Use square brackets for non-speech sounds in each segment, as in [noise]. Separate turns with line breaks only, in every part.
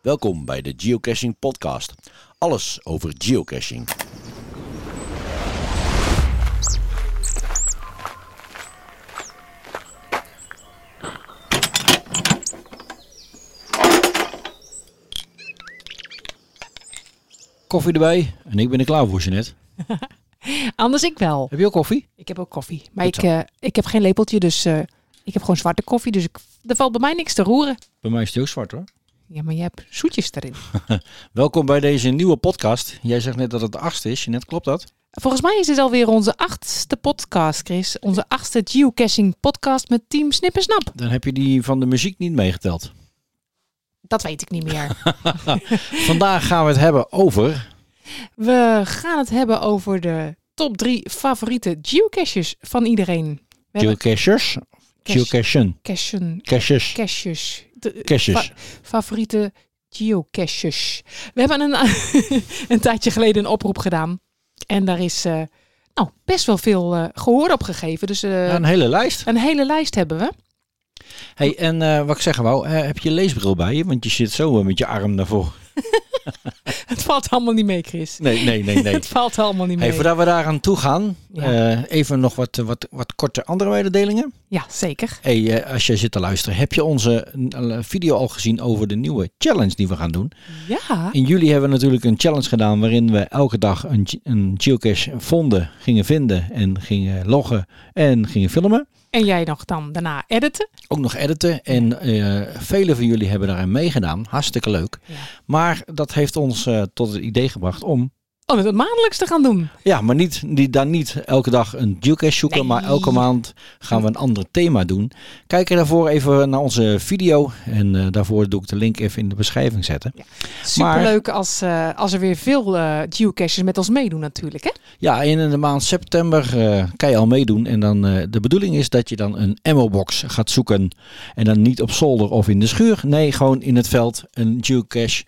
Welkom bij de Geocaching Podcast. Alles over geocaching. Koffie erbij en ik ben er klaar voor, net.
Anders ik wel.
Heb je ook koffie?
Ik heb ook koffie. Maar
Goed
ik, eh, ik heb geen lepeltje, dus eh, ik heb gewoon zwarte koffie. Dus ik, er valt bij mij niks te roeren.
Bij mij is het ook zwart hoor.
Ja, maar je hebt zoetjes erin.
Welkom bij deze nieuwe podcast. Jij zegt net dat het de achtste is, net klopt dat?
Volgens mij is dit alweer onze achtste podcast, Chris. Onze achtste geocaching podcast met team Snip en Snap.
Dan heb je die van de muziek niet meegeteld.
Dat weet ik niet [laughs] meer.
Vandaag gaan we het hebben over...
We gaan het hebben over de top drie favoriete geocaches van iedereen. We hebben
Geocachers?
cache-
Geocachen.
cachen,
Caches.
caches. De-
Caches.
favoriete geocaches. We hebben een, [laughs] een tijdje geleden een oproep gedaan. En daar is eh, nou, best wel veel eh, gehoor op gegeven. Dus eh,
Ja, een hele lijst.
een hele lijst hebben we. [laughs]
Hey, en eh, wat ik zeggen wou, eh, heb je je leesbril bij je? Want je zit zo eh, met je arm naar voren.
Het valt allemaal niet mee, Chris.
Nee, nee, nee,
[laughs]
nee.
Het valt allemaal niet mee.
Hey, voordat we daar aan toe gaan,
Ja.
eh, even nog wat, eh, wat, wat korte andere mededelingen.
Ja, zeker.
Hey, eh, als jij zit te luisteren, heb je onze eh, video al gezien over de nieuwe challenge die we gaan doen?
Ja.
In juli hebben we natuurlijk een challenge gedaan waarin we elke dag een, ge- een geocache vonden, gingen vinden en gingen loggen en gingen filmen.
En jij nog dan daarna editen.
Ook nog editen en eh velen van jullie hebben daaraan meegedaan. Hartstikke leuk.
Ja.
Maar dat heeft ons eh, tot het idee gebracht om,
Om het maandelijks te gaan doen.
ja, maar niet, die, dan niet elke dag een geocache zoeken,
Nee.
maar elke maand gaan we een ander thema doen. Kijk er daarvoor even naar onze video en eh, daarvoor doe ik de link even in de beschrijving zetten.
Superleuk als, eh, als er weer veel eh, geocaches met ons meedoen natuurlijk. Hè?
Ja, en in de maand september eh, kan je al meedoen. En dan eh, de bedoeling is dat je dan een ammo-box gaat zoeken. En dan niet op zolder of in de schuur. Nee, gewoon in het veld een geocache.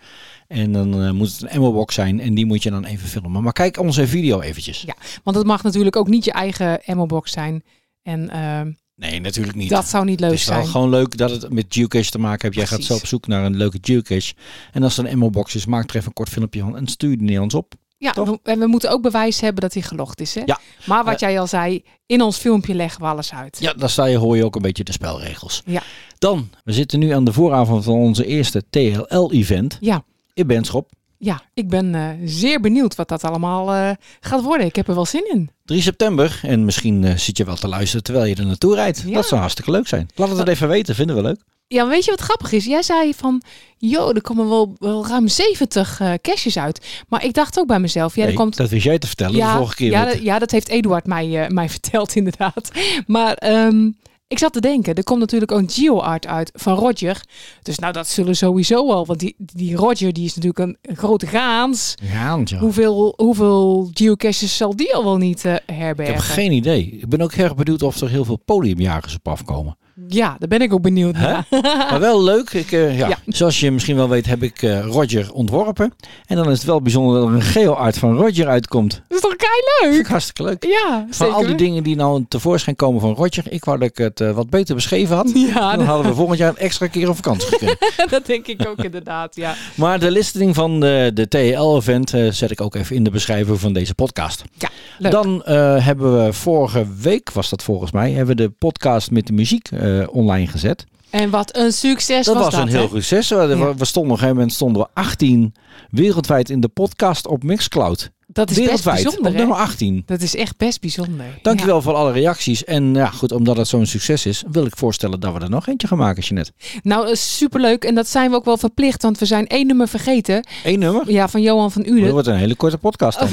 En dan eh, moet het een ammo-box zijn. En die moet je dan even filmen. Maar kijk onze video eventjes.
Want het mag natuurlijk ook niet je eigen ammo-box zijn. En ehm,
Nee, natuurlijk niet.
dat zou niet leuk
het is wel
zijn.
gewoon leuk dat het met geocache te maken heeft. Jij gaat
Precies.
zo op zoek naar een leuke geocache. En als er een ammo-box is, maak er even een kort filmpje van. En stuur die naar ons op.
Ja,
Toch?
we- en we moeten ook bewijs hebben dat hij gelogd is. Hè?
Ja. Eh.
Maar wat jij al zei, in ons filmpje leggen we alles uit.
Ja, daar sta je, hoor je ook een beetje de spelregels.
Ja.
Dan, we zitten nu aan de vooravond van onze eerste TLL-event
Ja.
in Benschop.
Ja, ik ben eh, zeer benieuwd wat dat allemaal eh, gaat worden. Ik heb er wel zin in.
3 september. En misschien eh, zit je wel te luisteren terwijl je er naartoe rijdt.
Ja.
Dat zou hartstikke leuk zijn. Laat het even weten, vinden we leuk.
Ja, maar weet je wat grappig is? Jij zei van, joh, er komen wel, wel ruim 70 eh caches uit. Maar ik dacht ook bij mezelf, ja, er
Nee,
komt...
Dat wist jij te vertellen de vorige keer.
ja,
weer.
dat, ja, dat heeft Eduard mij, eh, mij [laughs] verteld inderdaad. Maar ehm, ik zat te denken, er komt natuurlijk ook een GeoArt uit van Roger. Dus nou, dat zullen sowieso al, want die, die Roger die is natuurlijk een, een grote gaans.
Ja, want ja.
Hoeveel, hoeveel geocaches zal die al wel niet eh,
Ik heb
herbergen?
geen idee. Ik ben ook erg benieuwd of er heel veel podiumjagers op afkomen.
Ja, daar ben ik ook benieuwd
Hè?
naar.
Maar wel leuk. Ik, eh, ja.
Ja.
Zoals je misschien wel weet, heb ik eh, Roger ontworpen. En dan is het wel bijzonder dat er een geo-art van Roger uitkomt.
Dat is toch
Vind
leuk?
ik hartstikke leuk.
Ja,
Van
zeker.
al die dingen die nou tevoorschijn komen van Roger. Ik wou dat ik het eh, wat beter beschreven had.
[laughs] Ja,
Dan
dat,
hadden we volgend jaar een extra keer op vakantie
[laughs]
gekund.
dat denk ik
[laughs]
ook inderdaad, ja.
Maar de listing van de, de TEL-event eh, zet ik ook even in de beschrijving van deze podcast.
Ja, leuk.
Dan eh, hebben we vorige week, was dat volgens mij, hebben we de podcast met de muziek eh, online gezet.
En wat een succes
Dat was,
was dat,
een heel
hè?
goed succes. We, we- we stonden op een gegeven moment stonden we 18 wereldwijd in de podcast op Mixcloud.
Dat is best
wereldwijd, op
bijzonder, hè?
nummer 18.
Dat is echt best bijzonder. Ja.
Dankjewel voor alle reacties. En ja, goed, omdat het zo'n succes is, wil ik voorstellen dat we er nog eentje gaan maken, Jeanette.
Nou, dat is superleuk. En dat zijn we ook wel verplicht, want we zijn één nummer vergeten.
Eén nummer.
Ja, Oh. van Johan van
Dat
Uden.
wordt een hele korte podcast dan.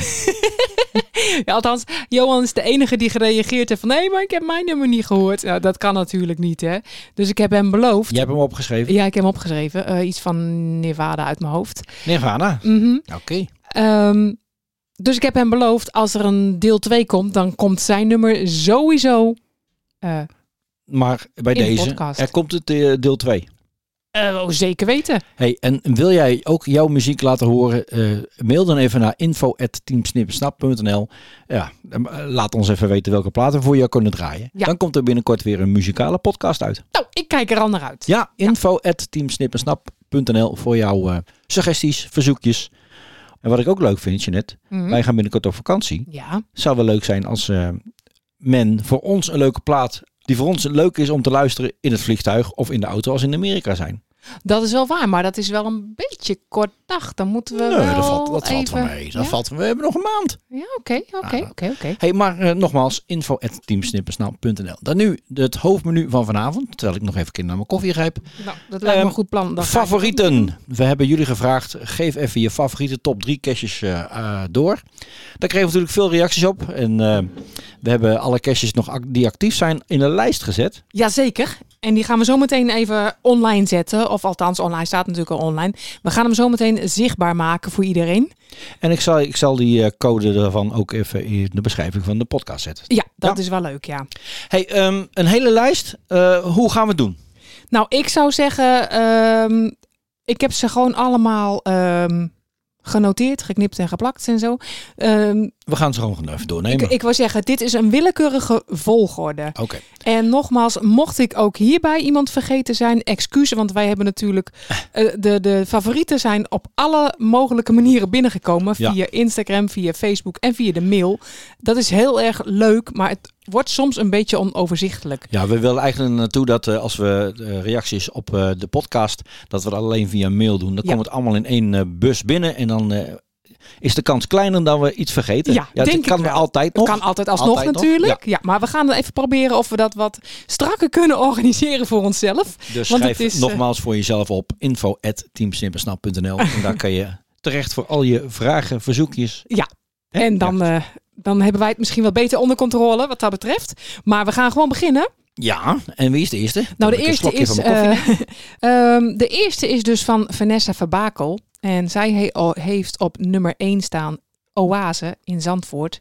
Ja, althans, Johan is de enige die gereageerd heeft van... nee, maar ik heb mijn nummer niet gehoord. Nou, dat kan natuurlijk niet, hè. Dus ik heb hem beloofd.
Je hebt hem opgeschreven.
Ja, ik heb hem opgeschreven. Eh, iets van Nevada uit mijn hoofd.
Nirvana.
Mhm.
Oké.
Ehm, dus ik heb hem beloofd, als er een deel 2 komt, dan komt zijn nummer sowieso. eh,
Maar bij
In de
deze,
podcast.
er komt het eh, deel 2.
Eh, oh, zeker weten.
Hey, en wil jij ook jouw muziek laten horen? Eh, mail dan even naar info.teamsnipsnap.nl. Ja, eh, laat ons even weten welke platen we voor jou kunnen draaien.
Ja.
Dan komt er binnenkort weer een muzikale podcast uit.
Nou, ik kijk er al naar uit.
Ja, info.teamsnippensnap.nl voor jouw eh, suggesties, verzoekjes. En wat ik ook leuk vind, Jeanette,
Mhm.
wij gaan binnenkort op vakantie.
Ja,
Zou wel leuk zijn als eh, men voor ons een leuke plaat, die voor ons leuk is om te luisteren in het vliegtuig of in de auto als in Amerika zijn.
dat is wel waar, maar dat is wel een beetje kort dag. Dan moeten we wel
dat valt, dat
even...
valt wel mee. Dat
ja?
valt, we hebben nog een maand.
Ja, oké, oké,
Ah.
oké, oké.
Hey, maar eh, nogmaals, info.teamsnippensnap.nl. Dan nu het hoofdmenu van vanavond, terwijl ik nog even naar mijn koffie grijp.
Nou, dat lijkt me
Ehm,
een goed plan. Dan ga ik-
favorieten. We hebben jullie gevraagd, geef even je favoriete top 3 caches eh, eh, door. Daar kregen we natuurlijk veel reacties op. En eh, we hebben alle caches nog ac- die actief zijn in een lijst gezet.
Jazeker. En die gaan we zo meteen even online zetten. Of althans, online staat natuurlijk al online. We gaan hem zo meteen zichtbaar maken voor iedereen.
En ik zal, ik zal die eh, code daarvan ook even in de beschrijving van de podcast zetten.
Ja, dat
Ja.
is wel leuk, ja.
Hey, ehm, een hele lijst. Eh, hoe gaan we het doen?
Nou, ik zou zeggen, ehm, ik heb ze gewoon allemaal ehm, genoteerd, geknipt en geplakt en zo. Ehm,
We gaan ze gewoon even doornemen.
ik, ik wil zeggen, dit is een willekeurige volgorde.
Oké.
En nogmaals, mocht ik ook hierbij iemand vergeten zijn, excuus, want wij hebben
[laughs]
natuurlijk eh, de, de favorieten zijn op alle mogelijke manieren binnengekomen.
Ja.
Via Instagram, via Facebook en via de mail. Dat is heel erg leuk, maar het wordt soms een beetje onoverzichtelijk.
Ja, we willen eigenlijk naartoe dat eh, als we eh, reacties op eh, de podcast, dat we dat alleen via mail doen. Dan
Ja.
komt het allemaal in één eh, bus binnen en dan eh, is de kans kleiner dat we iets vergeten.
Ja,
het
denk ik
kan
wel.
altijd
Het
nog.
kan altijd alsnog
Altijd nog,
natuurlijk. Ja. maar we gaan dan even proberen of we dat wat strakker kunnen organiseren voor onszelf.
Dus
want
schrijf
het is, eh,
nogmaals voor jezelf op info@teamsimpersnap.nl
[laughs]
en daar kan je terecht voor al je vragen, verzoekjes.
Ja.
Hè?
en dan,
Ja.
eh, dan hebben wij het misschien wel beter onder controle wat dat betreft. Maar we gaan gewoon beginnen.
Ja, en wie is de eerste? Dan
eh, Nou,
heb
de
ik een
eerste,
slokje
is,
van mijn koffie.
eh, [laughs] ehm, de eerste is dus van Vanessa Verbakel. En zij he- o- heeft op nummer 1 staan Oase in Zandvoort.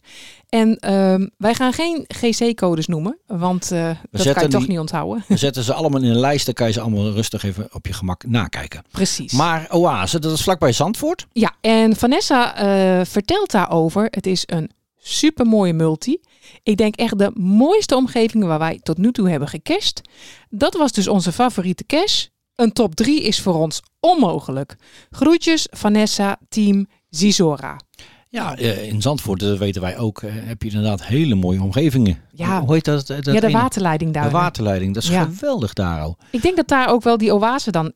En ehm, wij gaan geen GC-codes noemen, want eh, dat kan je
zetten
toch
die-
niet onthouden. [laughs]
We zetten ze allemaal in een lijst, dan kan je ze allemaal rustig even op je gemak nakijken.
Precies.
Maar Oase, dat is vlakbij Zandvoort.
Ja, en Vanessa eh, vertelt daarover. Het is een supermooie multi. Ik denk echt de mooiste omgeving waar wij tot nu toe hebben gecached. Dat was dus onze favoriete cache. Een top 3 is voor ons onmogelijk. Groetjes, Vanessa, team Zizora.
Ja, eh, in Zandvoort, dat weten wij ook, eh, heb je inderdaad hele mooie omgevingen.
Ja.
Hoe heet dat? dat
ja, de
ene?
waterleiding
De
daar.
waterleiding, dat is
Ja.
geweldig daar al.
Ik denk dat daar ook wel die oase dan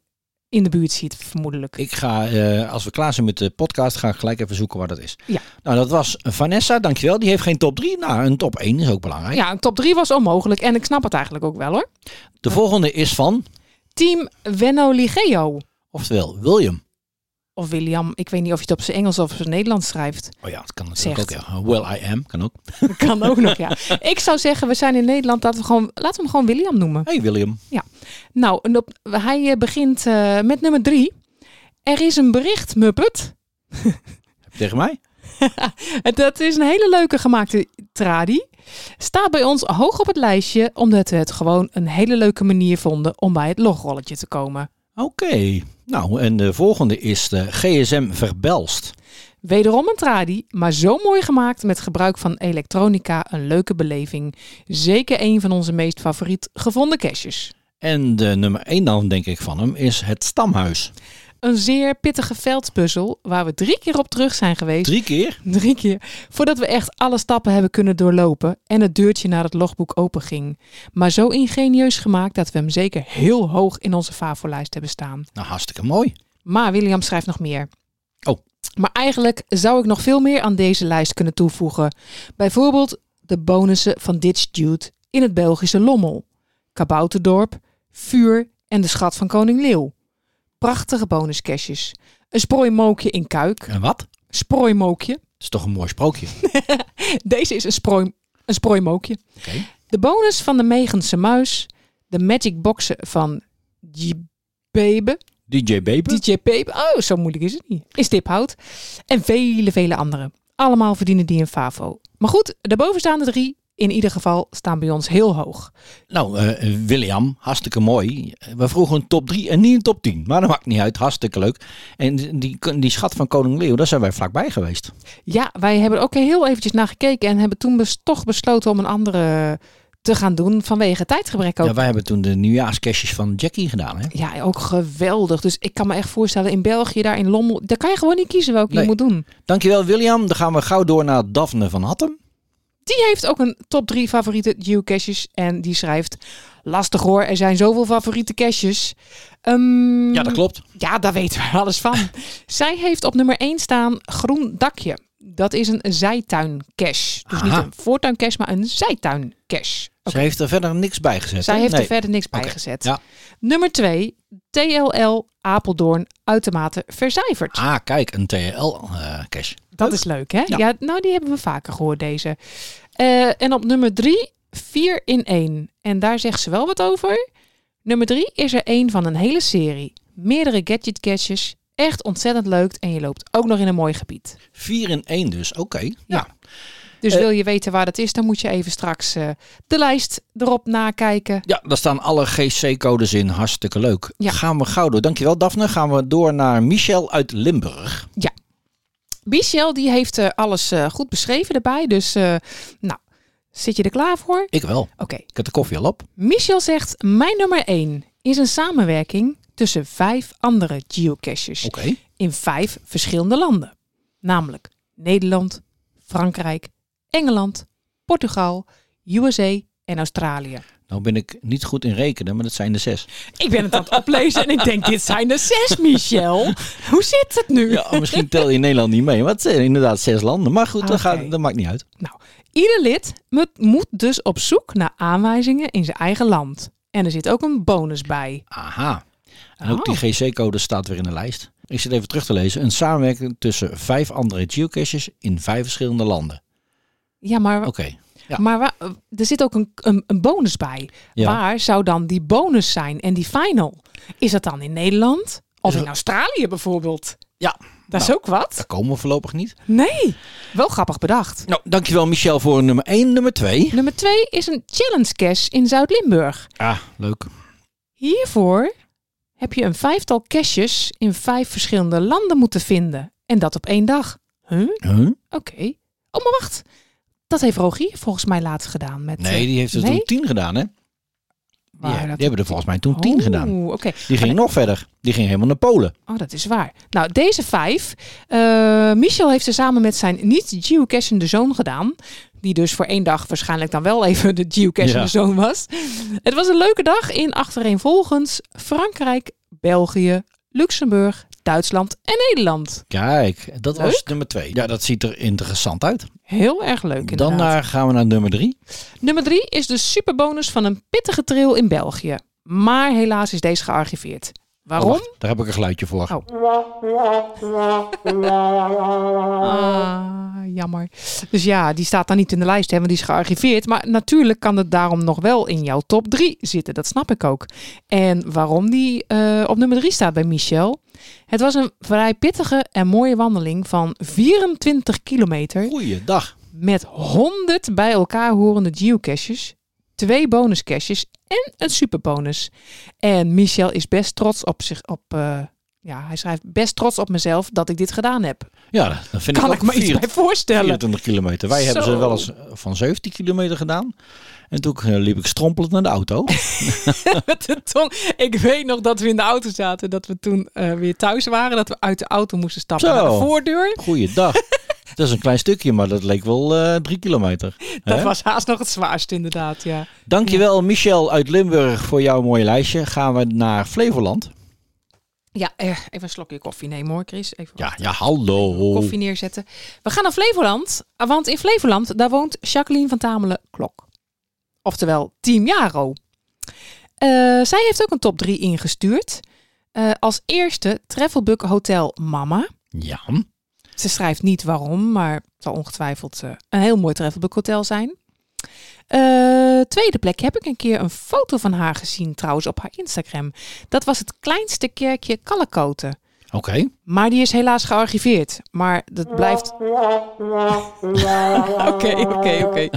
in de buurt zit, vermoedelijk.
Ik ga, eh, als we klaar zijn met de podcast, ga ik gelijk even zoeken waar dat is.
Ja.
Nou, dat was Vanessa, dankjewel. Die heeft geen top 3. Nou, een top 1 is ook belangrijk.
Ja, een top 3 was onmogelijk en ik snap het eigenlijk ook wel hoor.
De volgende is van,
Team Venno Ligeo.
oftewel William.
Of William, ik weet niet of je het op zijn Engels of op zijn Nederlands schrijft.
Oh ja, dat kan natuurlijk
Zegt.
ook. Ja. Well, I am, kan ook.
Kan ook nog, ja. Ik zou zeggen, we zijn in Nederland, dat we gewoon, laten we hem gewoon William noemen.
Hey William.
Nou, en op, hij eh, begint eh, met nummer drie. Er is een bericht, Muppet.
Heb je tegen mij?
En Dat is een hele leuke gemaakte tradie. Staat bij ons hoog op het lijstje, omdat we het gewoon een hele leuke manier vonden om bij het logrolletje te komen.
Oké. Nou, en de volgende is de GSM Verbelst.
Wederom een tradie, maar zo mooi gemaakt met gebruik van elektronica, een leuke beleving. Zeker een van onze meest favoriet gevonden caches.
En de nummer 1 dan, denk ik, van hem is het Stamhuis.
Een zeer pittige veldpuzzel waar we drie keer op terug zijn geweest.
Drie keer.
Drie keer. Voordat we echt alle stappen hebben kunnen doorlopen en het deurtje naar het logboek openging. Maar zo ingenieus gemaakt dat we hem zeker heel hoog in onze favolijst hebben staan.
Nou, hartstikke mooi.
Maar William schrijft nog meer.
Oh.
Maar eigenlijk zou ik nog veel meer aan deze lijst kunnen toevoegen. Bijvoorbeeld de bonussen van Ditch Dude in het Belgische Lommel. Kabouterdorp, Vuur en de Schat van Koning Leeuw. Prachtige bonuscashjes. Een sprooimookje in Kuik.
En wat?
Sprooimookje.
Het is toch een mooi sprookje.
Deze is een, sprooi, een sprooimookje.
Oké.
De bonus van de Megense Muis. De Magic Boxen van G-Babe.
DJ Baby.
DJ Peep. Oh, zo moeilijk is het niet. In Stiphout. En vele, vele anderen. Allemaal verdienen die een FAVO. Maar goed, de bovenstaande drie in ieder geval staan bij ons heel hoog.
Nou, eh, William, hartstikke mooi. We vroegen een top 3 en niet een top 10. Maar dat maakt niet uit, hartstikke leuk. En die, die schat van Koning Leo, daar zijn wij vlakbij geweest.
Ja, wij hebben er ook heel eventjes naar gekeken en hebben toen bes- toch besloten om een andere te gaan doen vanwege tijdgebrek ook.
Ja, wij hebben toen de nieuwjaarscashjes van Jackie gedaan. Hè?
Ja, ook geweldig. Dus ik kan me echt voorstellen, in België, daar in Lommel, daar kan je gewoon niet kiezen welke
Nee.
je moet doen.
Dankjewel William. Dan gaan we gauw door naar Daphne van Hattem.
Die heeft ook een top 3 favoriete geocaches en die schrijft, lastig hoor, er zijn zoveel favoriete caches. Ehm,
Ja, dat klopt.
Ja, daar weten we alles
[laughs]
van. Zij heeft op nummer 1 staan groen dakje. Dat is een zijtuincache. Dus
Aha.
niet een voortuincache, maar een zijtuincache.
Ze heeft er verder niks bij gezet.
Zij
hè?
heeft
Nee.
er verder niks bij
Oké,
gezet.
ja.
Nummer 2, TLL Apeldoorn uitermate vercijferd.
Ah, kijk, een eh, TL-cash.
Dat is leuk, hè?
Ja.
Ja. nou die hebben we vaker gehoord, deze. Eh, en op nummer 3, 4 in 1. En daar zegt ze wel wat over. Nummer 3 is er één van een hele serie. Meerdere gadget caches. Echt ontzettend leuk. En je loopt ook nog in een mooi gebied.
4 in 1 dus, oké. Ja.
Ja. Dus
Eh,
wil je weten waar dat is, dan moet je even straks eh, de lijst erop nakijken.
ja, daar staan alle GC-codes in. Hartstikke leuk.
Ja.
Gaan we gauw door. Dankjewel Daphne. Gaan we door naar Michel uit Limburg.
Michel die heeft eh, alles eh, goed beschreven erbij. Dus eh, nou, zit je er klaar voor?
Ik wel.
Oké.
Ik heb de koffie al op.
Michel zegt, mijn nummer 1 is een samenwerking tussen vijf andere geocaches
Oké.
in vijf verschillende landen. Namelijk Nederland, Frankrijk, Engeland, Portugal, USA en Australië.
Nou ben ik niet goed in rekenen, maar dat zijn de zes.
Ik ben het aan het oplezen en ik denk, dit zijn er zes, Michel. Hoe zit het nu?
Ja, [laughs] misschien tel je Nederland niet mee. Want het zijn inderdaad zes landen. Maar goed, dat,
Oké.
gaat, dat maakt niet uit.
Ieder lid moet- moet dus op zoek naar aanwijzingen in zijn eigen land. En er zit ook een bonus bij.
Aha. En ook
Oh.
die GC-code staat weer in de lijst. Ik zit even terug te lezen. Een samenwerking tussen vijf andere geocaches in vijf verschillende landen.
Ja, maar,
Oké. ja.
maar wa- eh, er zit ook een, een, een bonus bij.
Ja.
Waar zou dan die bonus zijn en die final? Is dat dan in Nederland? Of
Is
in Australië bijvoorbeeld?
Ja.
Dat is
Nou.
ook wat.
Daar komen we voorlopig niet.
Nee, wel grappig bedacht.
Nou, dankjewel Michel voor nummer 1. Nummer 2.
Nummer twee is een challenge cash in Zuid-Limburg.
Ah, leuk.
Hiervoor heb je een vijftal caches in vijf verschillende landen moeten vinden. En dat op één dag. Huh?
Huh?
Oké. Oh, maar wacht. Dat heeft Rogier volgens mij laatst gedaan. Met,
Nee, die heeft er
Nee?
toen 10 gedaan, hè? Die,
Waar
die
dat-
hebben er volgens mij toen 10
Oh,
gedaan.
Oké.
Die ging nog verder. Die ging helemaal naar Polen.
Oh, dat is waar. Nou, deze vijf. eh, Michel heeft ze samen met zijn niet-geocachende zoon gedaan. Die dus voor één dag waarschijnlijk dan wel even de geocachende
Ja.
zoon was. Het was een leuke dag in achtereenvolgens Frankrijk, België, Luxemburg, Duitsland en Nederland.
Kijk, dat
Leuk.
was nummer 2. Ja, dat ziet er interessant uit.
Heel erg leuk inderdaad.
Dan naar, gaan we naar nummer 3.
Nummer 3 is de superbonus van een pittige trail in België. Maar helaas is deze gearchiveerd. Waarom?
daar heb ik een geluidje voor.
Oh. Ah, jammer. Dus ja, die staat dan niet in de lijst, hè, want die is gearchiveerd. Maar natuurlijk kan het daarom nog wel in jouw top 3 zitten. Dat snap ik ook. En waarom die eh, op nummer 3 staat bij Michel. Het was een vrij pittige en mooie wandeling van 24 kilometer
Goeiedag.
met 100 bij elkaar horende geocaches, twee bonuscaches en een superbonus. En Michel is best trots op zich op. eh, ja, hij schrijft best trots op mezelf dat ik dit gedaan heb.
Ja, dat vind
kan
ik
ik
ook
me iets bij voorstellen.
24 kilometer. Wij
Zo.
hebben ze wel eens eh, van 17 kilometer gedaan. En toen eh, liep ik strompelend naar de
[laughs]
auto.
Met de tong. Ik weet nog dat we in de auto zaten. Dat we toen eh, weer thuis waren. Dat we uit de auto moesten stappen
Zo.
naar de voordeur.
Goeiedag. dat is een klein stukje, maar dat leek wel eh 3 kilometer.
Dat
Hè?
was haast nog het zwaarst inderdaad, ja.
Dankjewel Michel uit Limburg voor jouw mooie lijstje. Gaan we naar Flevoland.
Ja, eh, even een slokje koffie nemen hoor, Chris. Even
Ja, Oh. ja hallo.
koffie neerzetten. We gaan naar Flevoland, eh, want in Flevoland daar woont Jacqueline van Tamelen Klok. Oftewel Team Jaro. Eh, zij heeft ook een top 3 ingestuurd. Eh, als eerste Travelbug Hotel Mama.
Ja,
Ze schrijft niet waarom, maar het zal ongetwijfeld eh, een heel mooi Travelbug Hotel zijn. Eh, tweede plek heb ik een keer een foto van haar gezien trouwens op haar Instagram. Dat was het kleinste kerkje Kallekoten.
Oké.
Maar die is helaas gearchiveerd. Maar dat blijft. [laughs] Oké, oké, oké.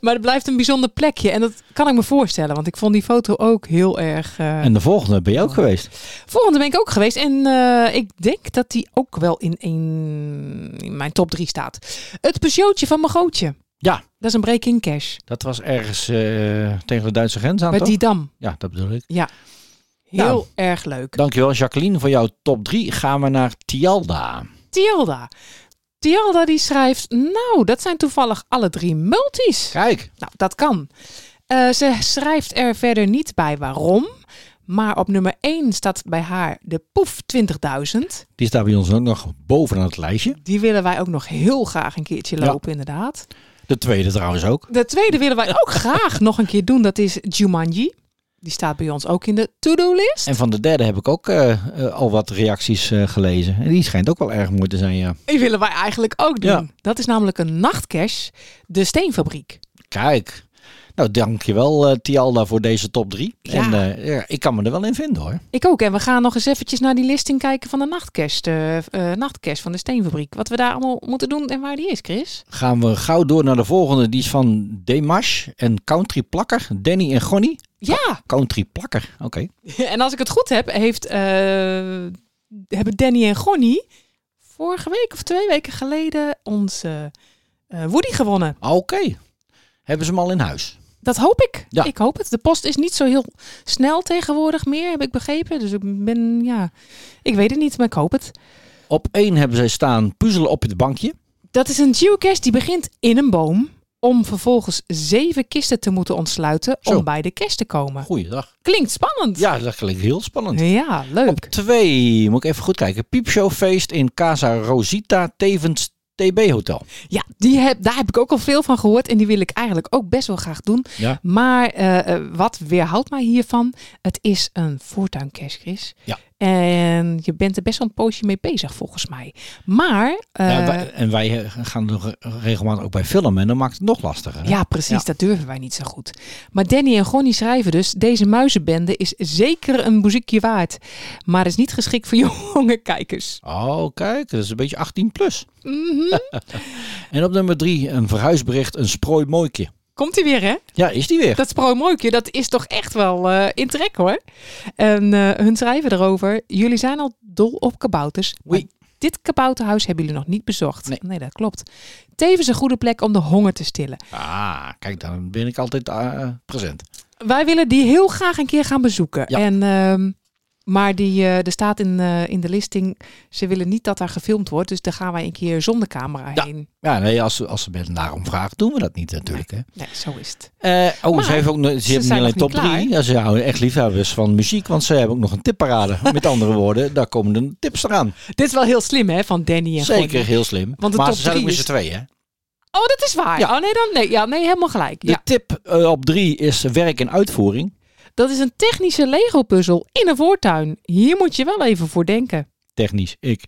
Maar het blijft een bijzonder plekje. En dat kan ik me voorstellen, want ik vond die foto ook heel erg. eh,
En de volgende ben je ook geweest.
Volgende ben ik ook geweest. En eh, ik denk dat die ook wel in, een, in mijn top 3 staat. Het Peugeotje van mijn gootje.
Ja.
Dat is een break-in cash.
Dat was ergens eh, tegen de Duitse grens aan,
Bij
toch?
die dam.
Ja, dat bedoel ik.
Heel
Nou.
erg leuk.
Dankjewel Jacqueline voor jouw top 3. Gaan we naar Tialda.
Tielda. Tielda die schrijft, nou, dat zijn toevallig alle drie multis.
Kijk.
Nou, dat kan. Eh, ze schrijft er verder niet bij waarom. Maar op nummer 1 staat bij haar de Poef 20.000.
Die staat bij ons ook nog bovenaan het lijstje.
Die willen wij ook nog heel graag een keertje
Ja.
lopen, inderdaad.
De tweede trouwens ook.
De tweede willen wij ook graag [laughs] nog een keer doen. Dat is Jumanji. Die staat bij ons ook in de to-do-list.
En van de derde heb ik ook eh, eh, al wat reacties eh, gelezen. En die schijnt ook wel erg mooi te zijn, ja.
Die willen wij eigenlijk ook doen.
Ja.
Dat is namelijk een nachtcash. De Steenfabriek.
Kijk. Nou, dankjewel eh Tialda voor deze top 3.
Ja.
En eh, ja, ik kan me er wel in vinden hoor.
Ik ook. En we gaan nog eens eventjes naar die listing kijken van de nachtkerst. eh eh, nachtkerst van de Steenfabriek. Wat we daar allemaal moeten doen en waar die is, Chris.
Gaan we gauw door naar de volgende. Die is van Demash en Country Plakker. Danny en Gonny.
Ja, [laughs]
Country Plakker. Oké.
en als ik het goed heb, heeft, eh, hebben Danny en Gonny vorige week of twee weken geleden onze eh, Woody gewonnen.
Ah, Oké. Hebben ze hem al in huis?
Dat hoop ik.
Ja.
Ik hoop het. De post is niet zo heel snel tegenwoordig meer, heb ik begrepen. Dus ik ben, ja, ik weet het niet, maar ik hoop het.
Op één hebben zij staan puzzelen op het bankje.
Dat is een geocache die begint in een boom. Om vervolgens zeven kisten te moeten ontsluiten
Zo.
om bij de kerst te komen.
Goeiedag.
Klinkt spannend.
Ja, dat klinkt heel spannend.
Ja,
Op
leuk.
twee, moet ik even goed kijken. Piepshowfeest in Casa Rosita, tevens TB Hotel.
Ja, die heb, daar heb ik ook al veel van gehoord. En die wil ik eigenlijk ook best wel graag doen.
Ja.
Maar eh, eh, wat weerhoudt mij hiervan? Het is een voortuincash, Chris.
Ja.
En je bent er best wel een poosje mee bezig, volgens mij. Maar, eh,
ja,
ja,
wij- en wij eh, gaan nog regelmatig ook bij filmen en dat maakt het nog lastiger. hè?
precies,
Ja.
dat durven wij niet zo goed. Maar Danny en Gonny schrijven dus... Deze muizenbende is zeker een muziekje waard. Maar is niet geschikt voor [laughs] jonge kijkers.
Oh, kijk, dat is een beetje 18 plus.
Mhm.
[laughs] En op nummer drie, een verhuisbericht, een strooimooikje.
Komt hij weer, hè?
Ja, is die weer.
Dat sprooimooikje, dat is toch echt wel eh, in trek hoor. En eh, hun schrijven erover. Jullie zijn al dol op kabouters. maar
Oei.
Dit kabouterhuis hebben jullie nog niet bezocht.
Nee.
dat klopt. Tevens een goede plek om de honger te stillen.
Ah, kijk, dan ben ik altijd eh, present.
Wij willen die heel graag een keer gaan bezoeken.
Ja.
En, ehm, maar die, eh, er staat in, eh, in de listing, ze willen niet dat daar gefilmd wordt. Dus daar gaan wij een keer zonder camera
Ja.
heen.
Ja, nee, als, ze- als ze mensen daarom vragen, doen we dat niet natuurlijk. Hè?
Nee, zo is het.
Eh, oh,
Maar
ze heeft ook nog, ze,
ze
hebben niet
zijn
alleen
nog
top
niet klaar.
3. Ja, ze houden echt liefhebbers van muziek, want ze hebben ook nog een tipparade.
[laughs]
Met andere woorden, daar komen de tips eraan.
Dit is wel heel slim hè, van Danny en
Zeker,
Gonnie.
heel slim.
Want de
maar
top
ze zijn ook
drie
met
is-
z'n tweeën. hè?
Oh, dat is waar.
Ja.
Oh nee, dan, nee, ja, nee helemaal gelijk.
De
Ja.
tip eh, op 3 is werk en uitvoering.
Dat is een technische Lego-puzzel in een voortuin. Hier moet je wel even voor denken.
Technisch, ik.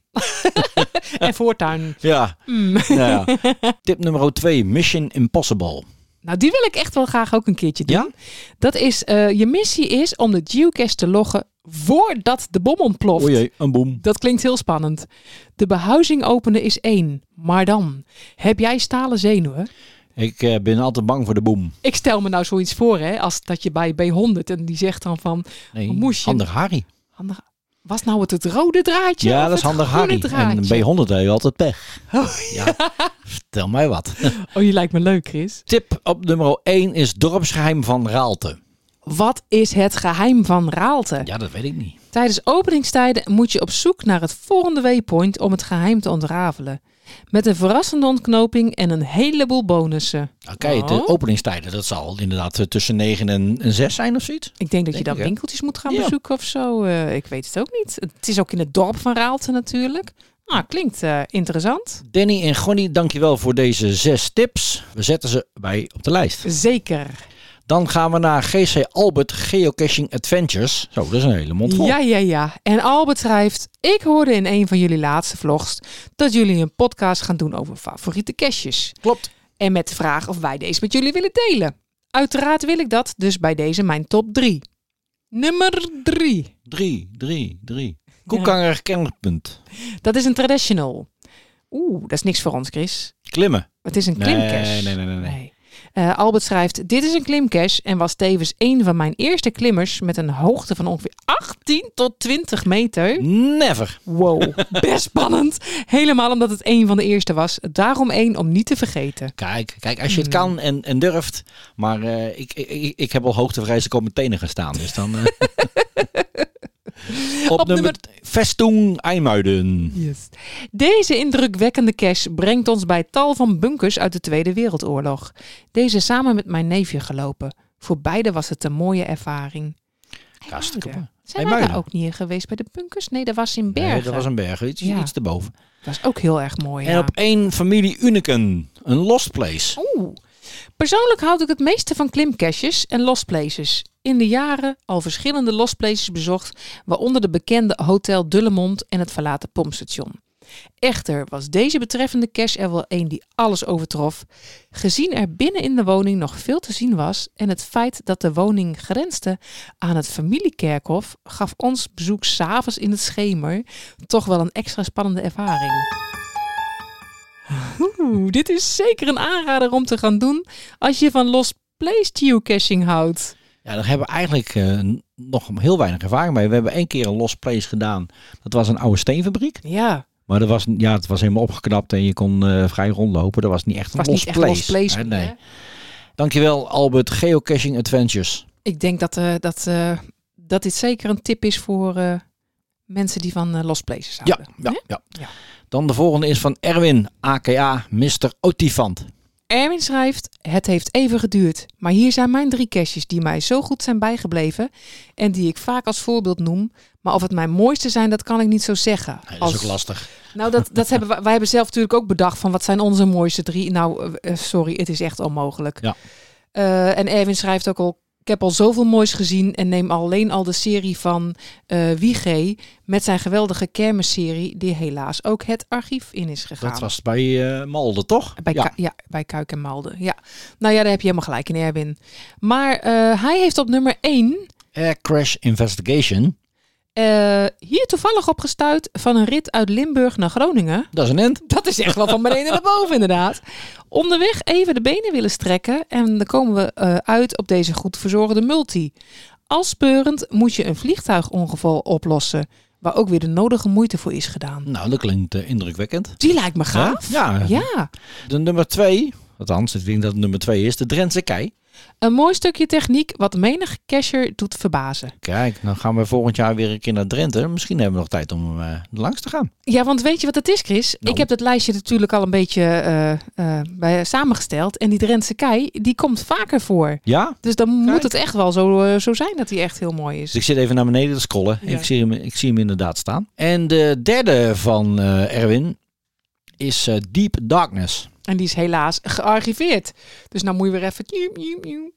En voortuin.
Ja,
Mm.
nou ja. [laughs] Tip nummer 2, Mission Impossible.
Nou, die wil ik echt wel graag ook een keertje doen.
Ja?
Dat is, eh, je missie is om de geocache te loggen voordat de bom ontploft.
O jee, een boom.
Dat klinkt heel spannend. De behuizing openen is één. Maar dan, heb jij stalen zenuwen?
Ik eh, ben altijd bang voor de boom.
Ik stel me nou zoiets voor, hè, als dat je bij B100 en die zegt dan van,
Nee,
Moesje.
handig Harry.
handig, was nou het het rode draadje?
Ja,
of
dat is
het
handig
groene
Harry. En
draadje?
B100 heb je altijd pech. ja. Vertel mij wat.
Oh, je lijkt me leuk, Chris.
Tip op nummer 1 is dorpsgeheim van Raalte.
Wat is het geheim van Raalte?
Ja, dat weet ik niet.
Tijdens openingstijden moet je op zoek naar het volgende waypoint om het geheim te ontrafelen. Met een verrassende ontknoping en een heleboel bonussen.
Oké, Nou, de
Oh.
openingstijden, dat zal inderdaad eh, tussen 9 en en 6 zijn of zoiets.
Ik denk dat je
Denk ik,
dan
hè?
winkeltjes moet gaan
Ja.
bezoeken of zo. Eh, ik weet het ook niet. Het is ook in het dorp van Raalte natuurlijk. Nou, klinkt eh, interessant.
Danny en Gonny, dankjewel voor deze zes tips. We zetten ze bij op de lijst.
Zeker.
Dan gaan we naar GC Albert Geocaching Adventures. Zo, dat is een hele mond vol.
Ja, ja, ja. En Albert schrijft... Ik hoorde in een van jullie laatste vlogs... dat jullie een podcast gaan doen over favoriete caches.
Klopt.
En met de vraag of wij deze met jullie willen delen. Uiteraard wil ik dat, dus bij deze mijn top 3. Nummer 3.
Drie, drie, drie. Koekanger kernpunt.
Dat is een traditional. Oeh, dat is niks voor ons, Chris.
Klimmen.
Het is een
Nee,
klimcash.
nee, nee, nee, nee.
Eh, Albert schrijft, dit is een klimcash en was tevens een van mijn eerste klimmers met een hoogte van ongeveer 18 tot 20 meter.
Never.
Wow, [laughs] best spannend. Helemaal omdat het een van de eerste was. Daarom één om niet te vergeten.
Kijk, kijk, als je
Mm.
het kan en, en durft. Maar eh, ik, ik, ik- ik heb al hoogtevrees, ik op mijn tenen gestaan. Dus dan...
[laughs]
eh. op, nummer...
Op nummer-
Vestung IJmuiden.
Deze indrukwekkende cache brengt ons bij tal van bunkers uit de Tweede Wereldoorlog. Deze samen met mijn neefje gelopen. Voor beide was het een mooie ervaring.
Hartstikke
Muiden.
mooi.
Zijn
Hey,
wij daar
Muiden.
ook niet in geweest bij de bunkers? Nee, dat was in Bergen.
Nee, dat was een berg, iets,
Ja.
iets erboven.
ook heel erg mooi.
En
ja. Oh.
op één familie Unicum. Een lost place.
Oeh. Persoonlijk houd ik het meeste van klimcaches en lost places. In de jaren al verschillende lost places bezocht, waaronder de bekende Hotel Dullemond en het verlaten pompstation. Echter was deze betreffende cache er wel een die alles overtrof, gezien er binnen in de woning nog veel te zien was en het feit dat de woning grensde aan het familiekerkhof gaf ons bezoek s'avonds in het schemer toch wel een extra spannende ervaring. Oeh, dit is zeker een aanrader om te gaan doen als je van Lost Place geocaching houdt.
Ja, daar hebben we eigenlijk eh, nog heel weinig ervaring mee. We hebben één keer een lost place gedaan. Dat was een oude steenfabriek.
Ja,
Maar dat was, ja, het was helemaal opgeknapt en je kon eh, vrij rondlopen. Dat was niet echt
het
een
was
lost
niet echt
place.
Lost Place.
Nee,
meer,
nee.
hè?
Dankjewel Albert, Geocaching Adventures.
Ik denk dat, eh, dat, eh, dat dit zeker een tip is voor eh, mensen die van eh, Lost Places
Ja,
houden.
ja, ja,
Ja.
Dan de volgende is van Erwin, aka Mr. Otifant.
Erwin schrijft, het heeft even geduurd, maar hier zijn mijn drie caches die mij zo goed zijn bijgebleven en die ik vaak als voorbeeld noem. Maar of het mijn mooiste zijn, dat kan ik niet zo zeggen.
Nee, dat
als,
is ook lastig.
Nou, dat, dat hebben wij, wij hebben zelf natuurlijk ook bedacht van wat zijn onze mooiste drie. Nou, eh, eh, sorry, het is echt onmogelijk.
Ja.
Eh, en Erwin schrijft ook al, ik heb al zoveel moois gezien en neem alleen al de serie van eh Wiege met zijn geweldige kermisserie die helaas ook het archief in is gegaan.
Dat was bij eh, Malden, toch?
Bij,
ja.
Ku- ja, bij Kuik en Malden. Ja. Nou ja, daar heb je helemaal gelijk in, Erwin. Maar eh, hij heeft op nummer 1
Air Crash Investigation.
eh, hier toevallig op gestuurd van een rit uit Limburg naar Groningen.
Dat is een end.
Dat is echt wel van beneden naar boven, inderdaad. Onderweg even de benen willen strekken. En dan komen we eh, uit op deze goed verzorgde multi. Als speurend moet je een vliegtuigongeval oplossen. Waar ook weer de nodige moeite voor is gedaan.
Nou, dat klinkt eh, indrukwekkend.
Die lijkt me gaaf.
Ja. ja.
Ja,
De nummer twee, althans, ik denk dat het nummer twee is, de Drentse Kei.
een mooi stukje techniek wat menig casher doet verbazen.
Kijk, dan gaan we volgend jaar weer een keer naar Drenthe. Misschien hebben we nog tijd om eh, langs te gaan.
Ja, want weet je wat het is, Chris?
Nou.
Ik heb dat lijstje natuurlijk al een beetje eh, eh, bij, samengesteld. En die Drentse kei, die komt vaker voor.
Ja?
Dus dan
Kijk.
moet het echt wel zo, eh, zo zijn dat die echt heel mooi is.
Dus ik zit even naar beneden te scrollen.
Ja.
Ik, zie hem, ik zie hem inderdaad staan. En de derde van eh, Erwin is eh, Deep Darkness.
En die is helaas gearchiveerd. Dus nou moet je weer even... nieuw, nieuw, nieuw.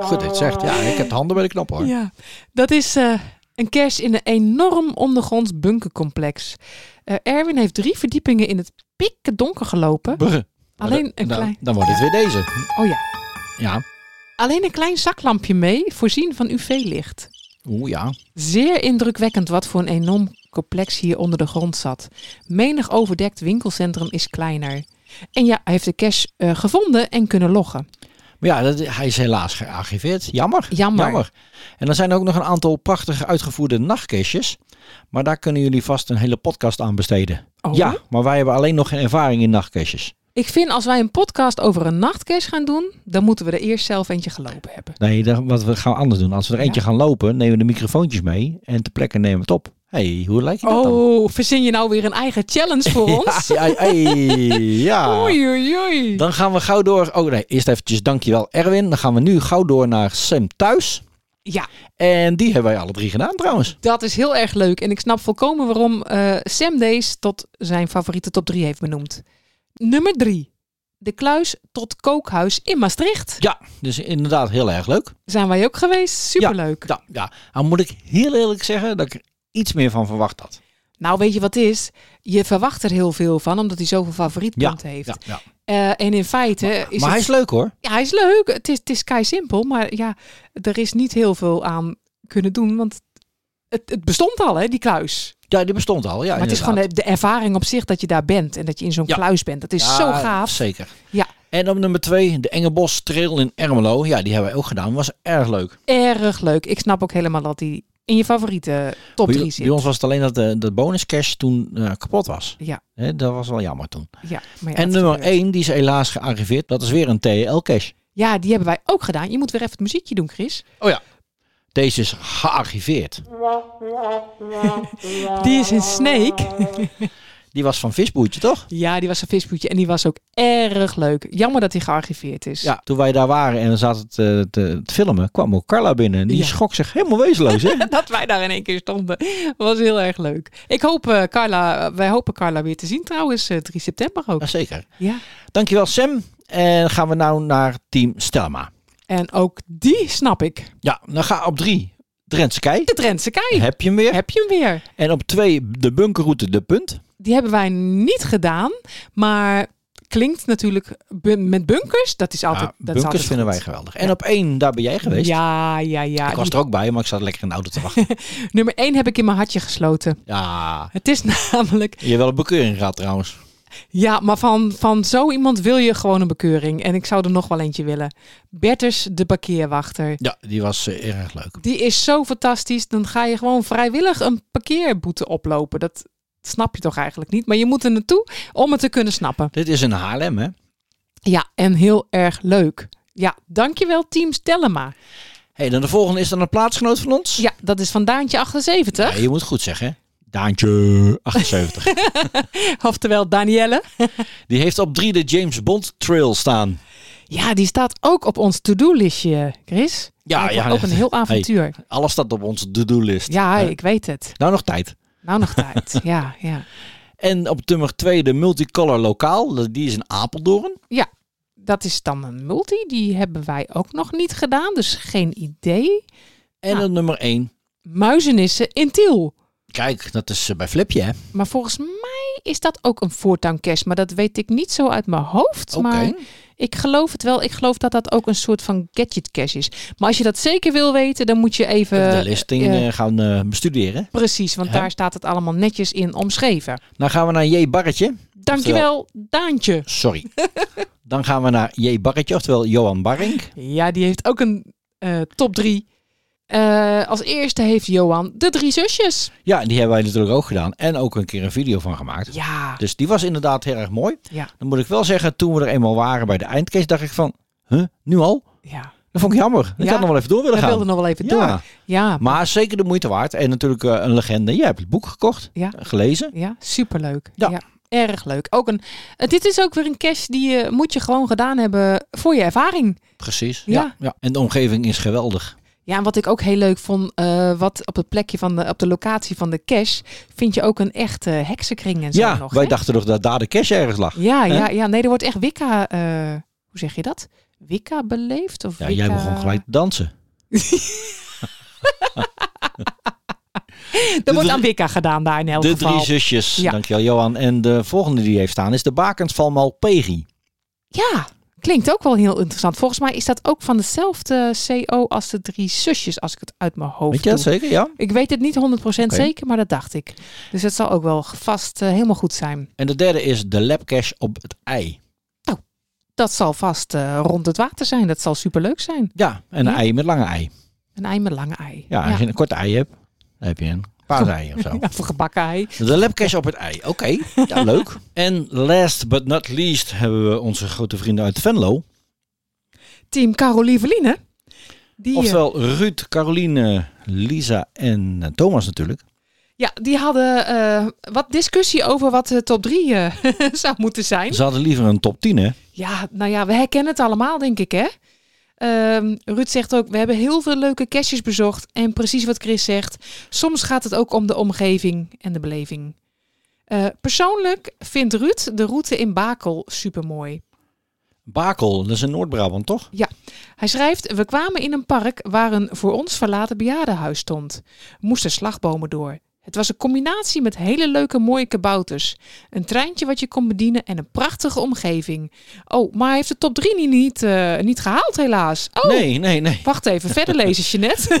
Goed, dit zegt. Ja, ik heb de handen bij de knop hoor.
Ja, dat is eh, een kerst in een enorm ondergronds bunkercomplex. Eh, Erwin heeft drie verdiepingen in het pikken donker gelopen.
Brr.
Alleen
Maar
een nou.
dan-
klein-
Dan wordt het weer deze.
Oh ja,
Ja.
alleen een klein zaklampje mee, voorzien van UV-licht.
Oeh ja.
Zeer indrukwekkend wat voor een enorm complex hier onder de grond zat. Menig overdekt winkelcentrum is kleiner. En ja, hij heeft de cash eh, gevonden en kunnen loggen.
Maar ja, dat, hij is helaas gearchiveerd. Jammer.
Jammer.
En dan zijn er ook nog een aantal prachtige uitgevoerde nachtkistjes. Maar daar kunnen jullie vast een hele podcast aan besteden.
Oh.
Ja, maar wij hebben alleen nog geen ervaring in nachtkistjes.
Ik vind als wij een podcast over een nachtcache gaan doen, dan moeten we er eerst zelf eentje gelopen hebben.
Nee, dat, wat we gaan we anders doen. Als we er
Ja.
eentje gaan lopen, nemen we de microfoontjes mee en ter plekke nemen we het op. hey, hoe lijkt je dat dan?
Oh, verzin je nou weer een eigen challenge
[laughs]
voor ons?
Ja, ja, hey, ja.
[laughs] Oei, oei, oei.
Dan gaan we gauw door. Oh nee, eerst eventjes dankjewel Erwin. Dan gaan we nu gauw door naar Sam thuis.
Ja,
En die hebben wij alle drie gedaan trouwens.
dat is heel erg leuk. En ik snap volkomen waarom eh, Sam Days tot zijn favoriete top 3 heeft benoemd. Nummer 3. De kluis tot kookhuis in Maastricht.
Ja, dus inderdaad heel erg leuk.
Zijn wij ook geweest? Superleuk.
Ja, ja. Dan moet ik heel eerlijk zeggen dat ik er iets meer van verwacht had.
Nou, weet je wat het is? Je verwacht er heel veel van, omdat hij zoveel
Ja,
favorietpunten heeft.
ja, ja.
Eh, en in feite is
Maar hij
het
is leuk hoor.
Ja, hij is leuk. Het is, het is kei simpel, maar ja, er is niet heel veel aan kunnen doen. Want het, het bestond al, hè, die kluis.
Ja, die bestond al. Ja,
maar het is gewoon
inderdaad.
de, de ervaring op zich dat je daar bent. En dat je in zo'n
Ja.
kluis bent. Dat is
Ja,
zo gaaf.
Zeker.
Ja.
En op nummer twee, de Engelbos Trail in Ermelo. Ja, die hebben wij ook gedaan. Was erg leuk.
Erg leuk. Ik snap ook helemaal dat die in je favoriete top
Bij,
3
bij
zit.
ons was het alleen dat de, de bonus cash toen eh, kapot was.
Ja.
Hè, dat was wel jammer toen.
Ja, maar ja,
en
het
nummer
gebeurt.
één, die is helaas gearriveerd. Dat is weer een TEL cash.
Ja, die hebben wij ook gedaan. Je moet weer even het muziekje doen, Chris.
Deze is gearchiveerd.
Die is in Snake.
Die was van Visboertje, toch?
Ja, die was een visboetje en die was ook erg leuk. Jammer dat die gearchiveerd is.
Ja. Toen wij daar waren en zaten te, te, te filmen, kwam ook Carla binnen. En die
Ja.
schrok zich helemaal wezenloos,
[laughs]
hè?
Dat wij daar in één keer stonden, was heel erg leuk. Ik hoop eh, Carla, wij hopen Carla weer te zien trouwens, eh, 3 september ook.
Jazeker.
Ja.
Dankjewel, Sam. En gaan we nou naar team Stelma.
En ook die snap ik.
Ja, dan ga op drie. Drentse Kei.
De Drentse Kei.
Heb je hem weer.
Heb je hem weer?
En op twee, de bunkerroute De Punt.
Die hebben wij niet gedaan, maar klinkt natuurlijk bu- met bunkers. Dat is altijd.
Ja,
dat
bunkers
is altijd
vinden
goed.
wij geweldig. En op één, daar ben jij geweest.
Ja, ja, ja.
ik was
Die-
er ook bij, maar ik zat lekker in de auto te
[laughs]
wachten.
nummer 1 heb ik in mijn hartje gesloten.
ja,
Het is [laughs] namelijk
je hebt wel een bekeuring gehad trouwens.
Ja, maar van, van zo iemand wil je gewoon een bekeuring. En ik zou er nog wel eentje willen. Berters, de parkeerwachter.
Ja, die was eh, erg leuk.
Die is zo fantastisch. Dan ga je gewoon vrijwillig een parkeerboete oplopen. Dat snap je toch eigenlijk niet. Maar je moet er naartoe om het te kunnen snappen.
Dit is in Haarlem, hè?
Ja, en heel erg leuk. Ja, dankjewel Team Stellema.
hey, dan de volgende is dan een plaatsgenoot van ons.
Ja, dat is van Daantje 78.
Ja, je moet het goed zeggen, hè? Daantje, [laughs] 78.
[laughs] Oftewel Danielle.
die heeft op drie de James Bond Trail staan.
Ja, die staat ook op ons to-do-listje, Chris. Lijkt me
[laughs]
Ook een heel avontuur.
alles staat op onze to-do-list.
Ja,
Hè?
ik weet het.
Nou, nog tijd.
Nou nog tijd. Ja, ja.
En op nummer twee, de Multicolor Lokaal. Die is in Apeldoorn.
Dat is dan een multi. Die hebben wij ook nog niet gedaan. Dus geen idee.
En
Ah.
op nummer één,
Muizenissen in Tiel.
kijk, dat is eh, bij Flipje, hè?
Maar volgens mij is dat ook een voortuincast. Maar dat weet ik niet zo uit mijn hoofd.
Oké.
Maar ik geloof het wel. Ik geloof dat dat ook een soort van gadgetcash is. Maar als je dat zeker wil weten, dan moet je even...
de listing
eh,
eh, gaan eh, bestuderen.
Precies, want
Hè?
daar staat het allemaal netjes in omschreven.
Dan gaan we naar J. Barretje.
Dankjewel, Daantje.
Sorry.
[laughs]
Dan gaan we naar J. Barretje, oftewel Johan Barring.
Ja, die heeft ook een eh, top drie. Eh, als eerste heeft Johan de drie zusjes.
Ja, die hebben wij natuurlijk ook gedaan. En ook een keer een video van gemaakt.
Ja,
Dus die was inderdaad heel erg mooi.
Ja.
Dan moet ik wel zeggen, toen we er eenmaal waren bij de eindcase, dacht ik van, huh, nu al?
ja.
Dat vond ik jammer. Ik
Ja.
had nog wel even door willen
We
gaan.
wilden nog wel even
ja.
door. Ja,
Maar zeker de moeite waard. En natuurlijk eh, een legende. Jij hebt het boek gekocht,
Ja.
gelezen.
ja superleuk.
Ja.
Ja. erg leuk. Ook een, eh, dit is ook weer een cash die je moet je gewoon gedaan hebben voor je ervaring.
Precies. ja.
Ja.
En de omgeving is geweldig.
Ja, en wat ik ook heel leuk vond, eh, wat op het plekje van de, op de locatie van de cash, vind je ook een echte heksenkring en zo
ja,
nog.
wij
hè?
dachten toch dat daar de cash ergens lag.
ja,
hè?
ja, ja, nee, er wordt echt Wicca, eh, hoe zeg je dat? Wicca beleefd? Of
Ja,
Wicca...
jij begon gelijk te dansen.
Er wordt
drie-
aan Wicca gedaan daar in elk
De
geval.
drie zusjes.
Ja.
Dankjewel Johan. En de volgende die heeft staan is de bakens van Malpegi.
Ja, klinkt ook wel heel interessant. Volgens mij is dat ook van dezelfde CO als de drie zusjes, als ik het uit mijn hoofd
Weet je dat
doe.
zeker? Ja.
Ik weet het niet 100%
Oké.
zeker, maar dat dacht ik. Dus het zal ook wel vast eh, helemaal goed zijn.
En de derde is de labcash op het ei.
Dat zal vast eh, rond het water zijn. Dat zal superleuk zijn.
Ja, en een
Ja.
ei met lange ei.
Een ei met lange ei.
Ja, als je een korte ei hebt, dan heb je een paar ei
[laughs]
of zo.
Of een gebakken ei.
De labcash op het ei. Oké,
[laughs]
ja, leuk. En last but not least hebben we onze grote vrienden uit Venlo.
Team Carolieveline. Die, eh,
Oftewel Ruud, Caroline, Lisa en eh, Thomas natuurlijk.
ja, die hadden eh, wat discussie over wat de top 3 [laughs] zou moeten zijn.
Ze hadden liever een top 10 hè.
Ja, nou ja, we herkennen het allemaal, denk ik, hè? Ehm, Ruud zegt ook, we hebben heel veel leuke caches bezocht. En precies wat Chris zegt, soms gaat het ook om de omgeving en de beleving. Eh, persoonlijk vindt Ruud de route in Bakel supermooi.
Bakel, dat is in Noord-Brabant toch?
Hij schrijft, we kwamen in een park waar een voor ons verlaten bejaardenhuis stond. Moesten slagbomen door. Het was een combinatie met hele leuke mooie kabouters. Een treintje wat je kon bedienen en een prachtige omgeving. Oh, maar hij heeft de top 3 niet, niet, eh, niet gehaald helaas. Oh,
Nee, nee, nee.
wacht even. Verder lezen,
[laughs]
Jeanette.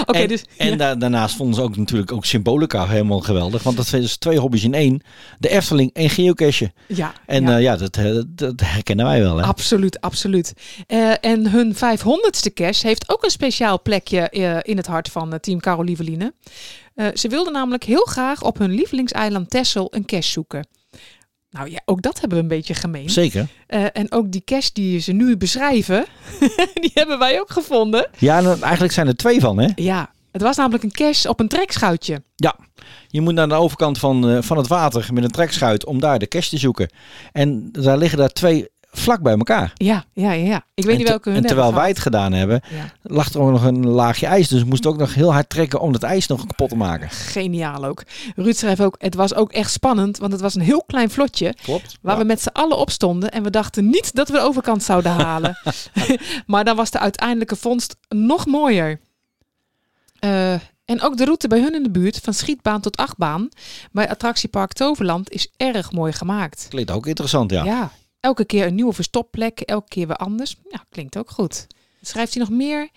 Oké,
en
dus...
en da- daarnaast vonden ze ook natuurlijk ook Symbolica helemaal geweldig. Want dat is dus twee hobby's in één. De Efteling en geocache.
Ja,
En
ja.
ja, ja dat, eh, dat herkennen wij wel. Hè?
Absoluut, absoluut. Eh, en hun 500ste cash heeft ook een speciaal plekje eh, in het hart van eh, team Karel Lieveline. Eh, ze wilden namelijk heel graag op hun lievelingseiland Texel een cash zoeken. Nou ja, ook dat hebben we een beetje gemeen.
Zeker.
Eh, en ook die cash die ze nu beschrijven, [laughs] die hebben wij ook gevonden.
Ja, nou, eigenlijk zijn er twee van, hè?
Ja, het was namelijk een cash op een trekschuitje.
Ja, je moet naar de overkant van, eh, van het water met een trekschuit om daar de cache te zoeken. En daar liggen daar twee vlak bij elkaar.
Ja, ja, ja. ja. Ik weet
en
niet
te-
welke hun
en
hebben
terwijl wij
gehad.
het gedaan hebben,
Ja,
lag er ook nog een laagje ijs. Dus we moesten ook nog heel hard trekken om dat ijs nog kapot te maken.
geniaal ook. Ruud schrijft ook, het was ook echt spannend, want het was een heel klein vlotje.
Klopt.
Waar we met z'n allen op stonden en we dachten niet dat we de overkant zouden halen. [laughs] maar dan was de uiteindelijke vondst nog mooier. Eh, en ook de route bij hun in de buurt, van schietbaan tot achtbaan, bij attractiepark Toverland, is erg mooi gemaakt.
Klinkt ook interessant, ja.
elke keer een nieuwe verstopplek, elke keer weer anders. Ja, klinkt ook goed. Schrijft hij nog meer?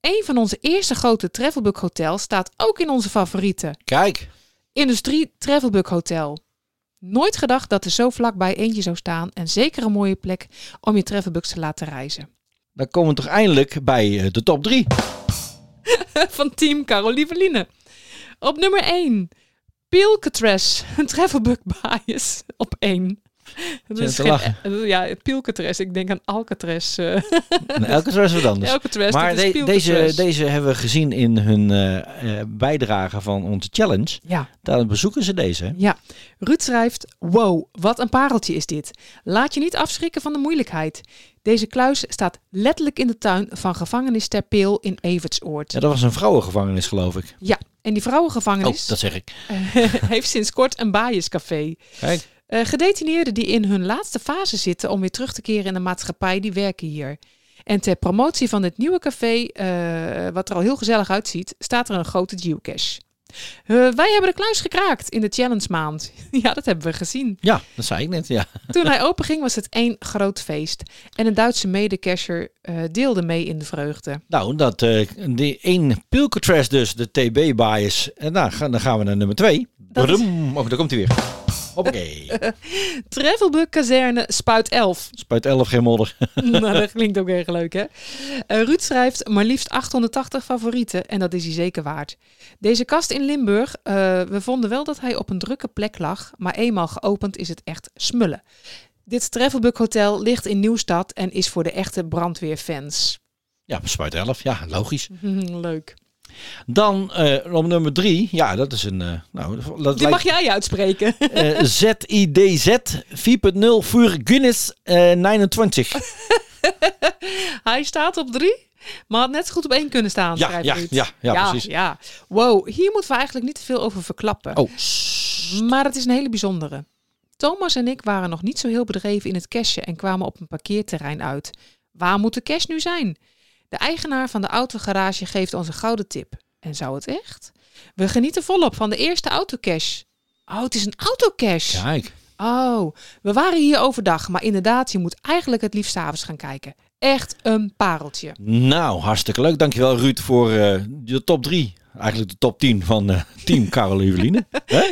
Een van onze eerste grote Travelbook hotels staat ook in onze favorieten.
Kijk,
Industrie Travelbug Hotel. Nooit gedacht dat er zo vlakbij eentje zou staan en zeker een mooie plek om je Travelbugs te laten reizen. [laughs]
dan komen we toch eindelijk bij eh, de top drie.
Van team Carol Lieveline. Op nummer 1. Pilketres. [laughs] Een Travelbug bias. Op 1. Dat
Zit
is
te
geen-
lachen.
eh, ja, Pilketres. Ik denk aan Alcatraz. eh
En elke keer is het
[laughs]
anders.
Alcatraz,
maar
dat is
de- deze,
Pilcatraz.
deze hebben we gezien in hun eh, eh, bijdrage van onze challenge.
Ja,
Daar bezoeken ze deze. hè?
ja. Ruud schrijft, wow, wat een pareltje is dit. Laat je niet afschrikken van de moeilijkheid. Deze kluis staat letterlijk in de tuin van gevangenis Ter Peel in Evertsoord.
Ja, dat was een vrouwengevangenis, geloof ik.
Ja, en die
Oh,
vrouwengevangenis
dat zeg ik.
[laughs] heeft sinds kort een biascafé.
Kijk,
Eh gedetineerden die in hun laatste fase zitten om weer terug te keren in de maatschappij, die werken hier. En ter promotie van dit nieuwe café, eh, wat er al heel gezellig uitziet, staat er een grote geocache. Eh, wij hebben de kluis gekraakt in de challenge maand. [laughs] Ja, dat hebben we gezien.
ja, dat zei ik net, ja.
Toen hij openging was het één groot feest. En een Duitse medecasher eh, deelde mee in de vreugde.
Nou, dat eh die één Pilcatras dus, de TB-bias. En nou, ga- dan gaan we naar nummer twee.
Dat is-
Brum. Oh, daar komt hij weer. Hoppakee.
Travelbug kazerne Spuit 11.
[laughs] Spuit 11 geen modder.
[laughs] nou, dat klinkt ook erg leuk, hè? Eh, Ruud schrijft maar liefst 880 favorieten en dat is hij zeker waard. Deze kast in Limburg, eh, we vonden wel dat hij op een drukke plek lag, maar eenmaal geopend is het echt smullen. Dit Travelbug Hotel ligt in Nieuwstad en is voor de echte brandweerfans. [laughs]
Ja, spuit 11. Ja, logisch.
leuk.
Dan eh, om nummer drie. Ja, dat is een... eh, nou, dat
Die mag
lijkt
jij uitspreken.
eh, ZIDZ 4.0 voor Guinness eh, 29.
hij staat op drie, maar had net zo goed op één kunnen staan.
Ja,
schrijft
ja,
Ruud.
ja, ja, precies.
Ja. Wow, hier moeten we eigenlijk niet te veel over verklappen.
Oh, sst.
Maar het is een hele bijzondere. Thomas en ik waren nog niet zo heel bedreven in het cashen en kwamen op een parkeerterrein uit. Waar moet de cash nu zijn? De eigenaar van de autogarage geeft ons een gouden tip. En zou het echt? We genieten volop van de eerste autocash. Oh, het is een autocash.
kijk.
Oh, we waren hier overdag, maar inderdaad, je moet eigenlijk het liefst 's avonds gaan kijken. Echt een pareltje.
Nou, hartstikke leuk. Dankjewel Ruud voor eh, de top drie. Eigenlijk de top 10 van eh,
[laughs]
Team Karel Eveline.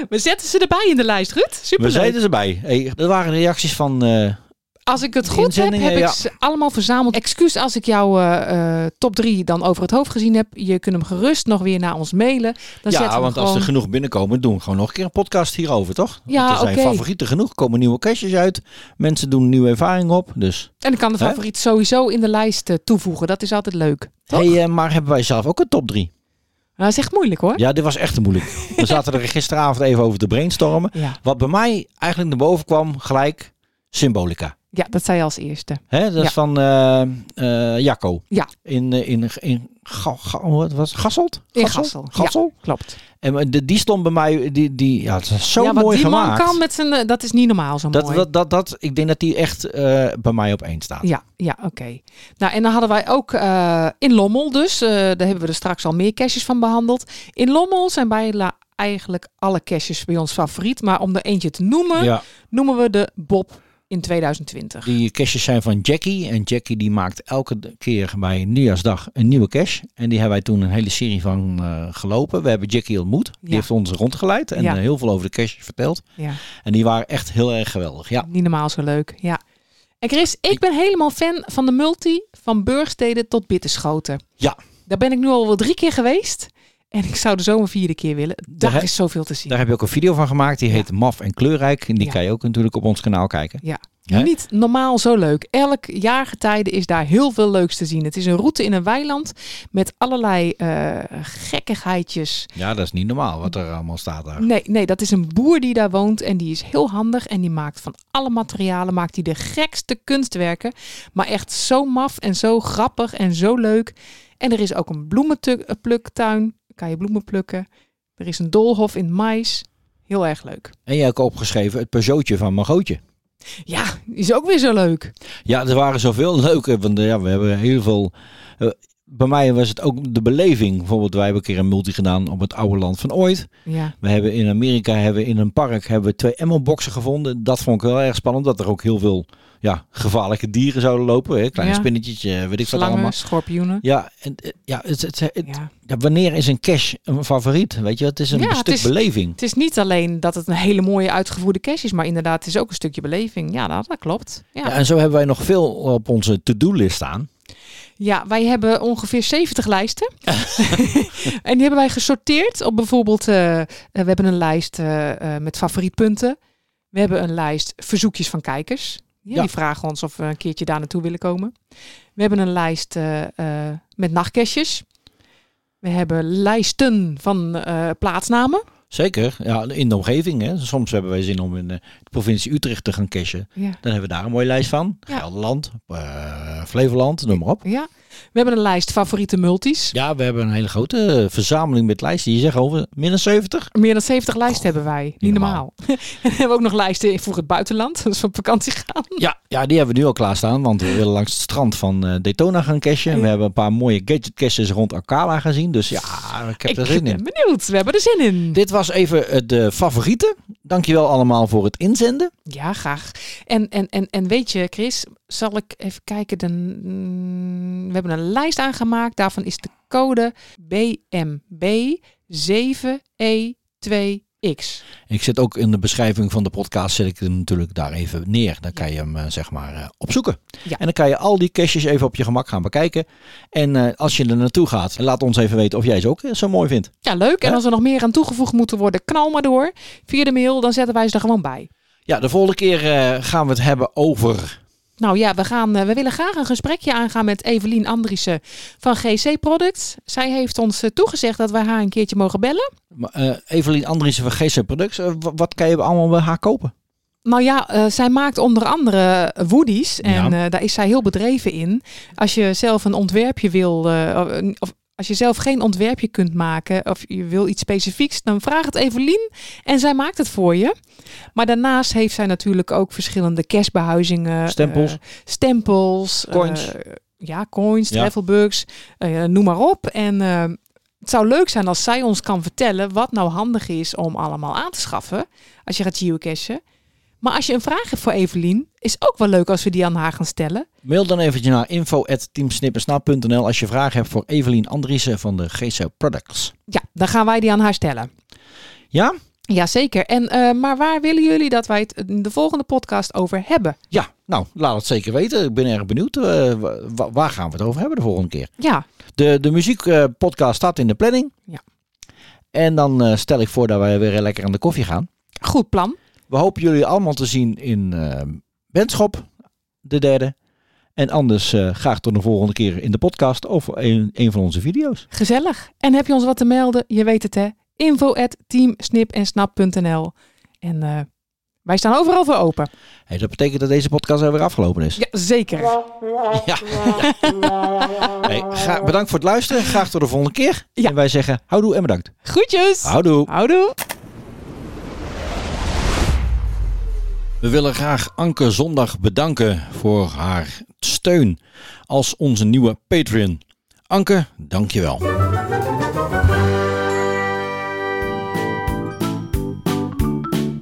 We zetten ze erbij in de lijst, Ruud.
We
Superleuk.
zeiden erbij. Hey, dat waren de reacties van eh,
Als ik het
De
goed heb, heb
inzendingen,
ik
ja.
ze allemaal verzameld. Excuus als ik jouw eh, eh, top 3 dan over het hoofd gezien heb. Je kunt hem gerust nog weer naar ons mailen. Dan zetten
ja,
we
want als
hem
er
gewoon...
genoeg binnenkomen, doen we gewoon nog een keer een podcast hierover, toch? Want
Ja,
er zijn
oké.
favorieten genoeg, komen nieuwe caches uit. Mensen doen nieuwe ervaringen op, dus...
En ik kan de
Hè?
favoriet sowieso in de lijst eh, toevoegen. Dat is altijd leuk. Toch?
Hey, eh, maar hebben wij zelf ook een top 3?
Nou, dat is echt moeilijk hoor.
Ja, dit was echt te moeilijk. We zaten er gisteravond even over te brainstormen.
Ja,
Wat bij mij eigenlijk naar boven kwam, gelijk Symbolica.
ja dat zei je als eerste.
Hè, dat
Ja.
is van eh, eh, Jacco.
Ja.
In, eh, in, in, Ga- Ga- wat was het? Gasselt?
In
Gasselt?
Gassel.
Gassel?
Klopt.
En eh, de- die stond bij mij, die, die, ja, het is zo
ja, wat
mooi
die
gemaakt.
man kan met zijn... eh, dat is niet normaal zo
Dat,
mooi.
dat, dat, dat, ik denk dat die echt eh, bij mij op één staat.
Ja, ja oké. Nou, en dan hadden wij ook eh, in Lommel dus, eh, daar hebben we er straks al meer caches van behandeld. In Lommel zijn bijna eigenlijk alle caches bij ons favoriet. Maar om er eentje te noemen,
Ja,
noemen we de Bob in 2020.
die caches zijn van Jackie. En Jackie die maakt elke keer bij Nieuwjaarsdag een nieuwe cache. En die hebben wij toen een hele serie van eh, gelopen. We hebben Jackie ontmoet. Die
Ja.
heeft ons rondgeleid en
Ja.
eh, heel veel over de caches verteld.
Ja,
En die waren echt heel erg geweldig. Ja,
niet normaal zo leuk. Ja. En Chris, ik ben helemaal fan van de multi van Burgsteden tot Bitterschoten.
Ja.
Daar ben ik nu al wel drie keer geweest. En ik zou de zomer vierde keer willen. Daar,
Daar-
is zoveel te zien.
daar heb je ook een video van gemaakt. Die
Ja.
heet Maf en Kleurrijk. En die
Ja.
kan je ook natuurlijk op ons kanaal kijken. Hè?
Niet normaal zo leuk. Elk jaargetijde is daar heel veel leuks te zien. Het is een route in een weiland met allerlei eh, gekkigheidjes.
Ja, dat is niet normaal wat er allemaal staat daar.
Nee, nee, dat is een boer die daar woont en die is heel handig en die maakt van alle materialen maakt hij de gekste kunstwerken, maar echt zo maf en zo grappig en zo leuk. En er is ook een bloemenpluktuin, kan je bloemen plukken. Er is een doolhof in mais. Heel erg leuk.
En jij hebt ook opgeschreven het Peugeotje van Margootje.
Ja, is ook weer zo leuk.
Ja, er waren zoveel leuke. Want eh, ja, we hebben heel veel. eh, bij mij was het ook de beleving. Bijvoorbeeld, wij hebben een keer een multi gedaan op het oude land van ooit.
Ja,
We hebben in Amerika hebben we in een park hebben we twee emmelboxen gevonden. Dat vond ik wel erg spannend. Dat er ook heel veel ja, gevaarlijke dieren zouden lopen. Hè? Kleine
Ja.
spinnetjes, eh, weet ik wat allemaal.
slangen, schorpioenen.
Ja, en, eh, ja, het, het, het-
Ja.
ja, wanneer is een cash een favoriet? Weet je, wel? het is een
Ja, het
stuk
is-
beleving.
Het is niet alleen dat het een hele mooie uitgevoerde cache is, maar inderdaad, het is ook een stukje beleving. Ja, nou, dat klopt. Ja.
Ja,
Ja.
en zo hebben wij nog veel op onze to-do-list staan.
wij hebben ongeveer 70 [laughs] lijsten. en die hebben wij gesorteerd op bijvoorbeeld, eh, eh, we hebben een lijst eh, eh, met favorietpunten. We hebben een lijst verzoekjes van kijkers. Ja,
Ja.
Die vragen ons of we een keertje daar naartoe willen komen. We hebben een lijst eh, eh, met nachtcaches. We hebben lijsten van eh, plaatsnamen.
Zeker, ja, in de omgeving. Hè. Soms hebben wij zin om in eh, de provincie Utrecht te gaan cashen.
Ja.
Dan hebben we daar een mooie lijst van.
Ja.
Gelderland, eh, Flevoland, noem maar op.
ja. We hebben een lijst favoriete multis.
Ja, we hebben een hele grote eh, verzameling met lijsten. Je zegt over min 70.
Meer dan 70 lijsten hebben wij. Niet normaal. [laughs]
normaal.
en we hebben ook nog lijsten voor het buitenland. Als we op vakantie gaan.
Ja, ja, die hebben we nu al klaarstaan, want we willen langs het strand van eh, Daytona gaan cashen.
Ja.
We hebben een paar mooie gadget caches rond Alcala gezien, dus ja, ik heb er zin
ben
in.
benieuwd. We hebben er zin in.
Dit was even eh, de favorieten. Dankjewel allemaal voor het inzenden.
Ja, graag. En, en, en, en weet je, Chris, zal ik even kijken. De, mm, we hebben een lijst aangemaakt. Daarvan is de code E BMB7E2X.
Ik zet ook in de beschrijving van de podcast, zet ik hem natuurlijk daar even neer. Dan kan je hem eh, zeg maar eh, opzoeken.
Ja.
En dan kan je al die caches even op je gemak gaan bekijken. En eh, als je er naartoe gaat, laat ons even weten of jij ze ook eh, zo mooi vindt.
Ja, leuk. En
Ja.
als er nog meer aan toegevoegd moeten worden, knal maar door. Via de mail, dan zetten wij ze er gewoon bij.
Ja, de volgende keer eh, gaan we het hebben over...
Nou ja, we, gaan, eh, we willen graag een gesprekje aangaan met Evelien Andriessen van GC Products. Zij heeft ons eh, toegezegd dat wij haar een keertje mogen bellen.
eh Evelien Andriessen van GC Products. Eh, wa- wat kan je allemaal bij haar kopen?
Nou ja, eh, zij maakt onder andere woodies en
Ja.
eh, daar is zij heel bedreven in. Als je zelf een ontwerpje wil, eh, of een- of als je zelf geen ontwerpje kunt maken of je wil iets specifieks, dan vraag het Evelien en zij maakt het voor je. Maar daarnaast heeft zij natuurlijk ook verschillende kerstbehuizingen.
Stempels.
eh, stempels,
Coins.
eh, ja, coins,
Ja.
travelbugs, eh, noem maar op. En eh, het zou leuk zijn als zij ons kan vertellen wat nou handig is om allemaal aan te schaffen als je gaat geocachen. Maar als je een vraag hebt voor Evelien, is ook wel leuk als we die aan haar gaan stellen.
Mail dan eventjes naar info.teamsnippersnap.nl als je vragen hebt voor Evelien Andriessen van de GC Products.
Ja, dan gaan wij die aan haar stellen.
Ja?
Jazeker. En, eh, maar waar willen jullie dat wij het in de volgende podcast over hebben?
Ja, nou, laat het zeker weten. Ik ben erg benieuwd. eh, wa- wa- waar gaan we het over hebben de volgende keer?
Ja,
De, de muziekpodcast staat in de planning.
Ja.
En dan eh, stel ik voor dat wij weer lekker aan de koffie gaan.
goed plan.
We hopen jullie allemaal te zien in eh Benschop, de derde. En anders eh, graag tot de volgende keer in de podcast of in een van onze video's.
Gezellig. En heb je ons wat te melden? Je weet het hè. Info at teamsnipensnap.nl En eh, wij staan overal voor open.
Hey, dat betekent dat deze podcast alweer afgelopen is.
Ja, zeker.
Ja. Hey, gra- bedankt voor het luisteren. Graag tot de volgende keer.
Oh. Ja.
En wij zeggen houdoe en bedankt.
Groetjes.
Houdoe.
Houdoe.
We willen graag Anke Zondag bedanken voor haar steun als onze nieuwe Patreon. Anke, dankjewel.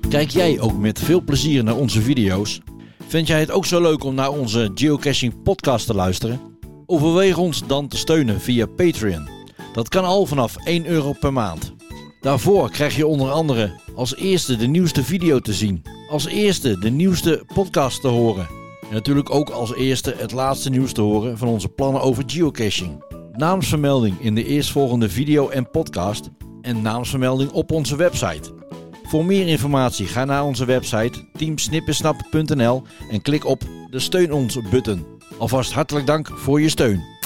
Kijk jij ook met veel plezier naar onze video's? Vind jij het ook zo leuk om naar onze geocaching podcast te luisteren? Overweeg ons dan te steunen via Patreon. Dat kan al vanaf 1 euro per maand. Daarvoor krijg je onder andere als eerste de nieuwste video te zien, als eerste de nieuwste podcast te horen en natuurlijk ook als eerste het laatste nieuws te horen van onze plannen over geocaching. Naamsvermelding in de eerstvolgende video en podcast en naamsvermelding op onze website. Voor meer informatie ga naar onze website teamsnippensnap.nl en klik op de steun ons button. Alvast hartelijk dank voor je steun.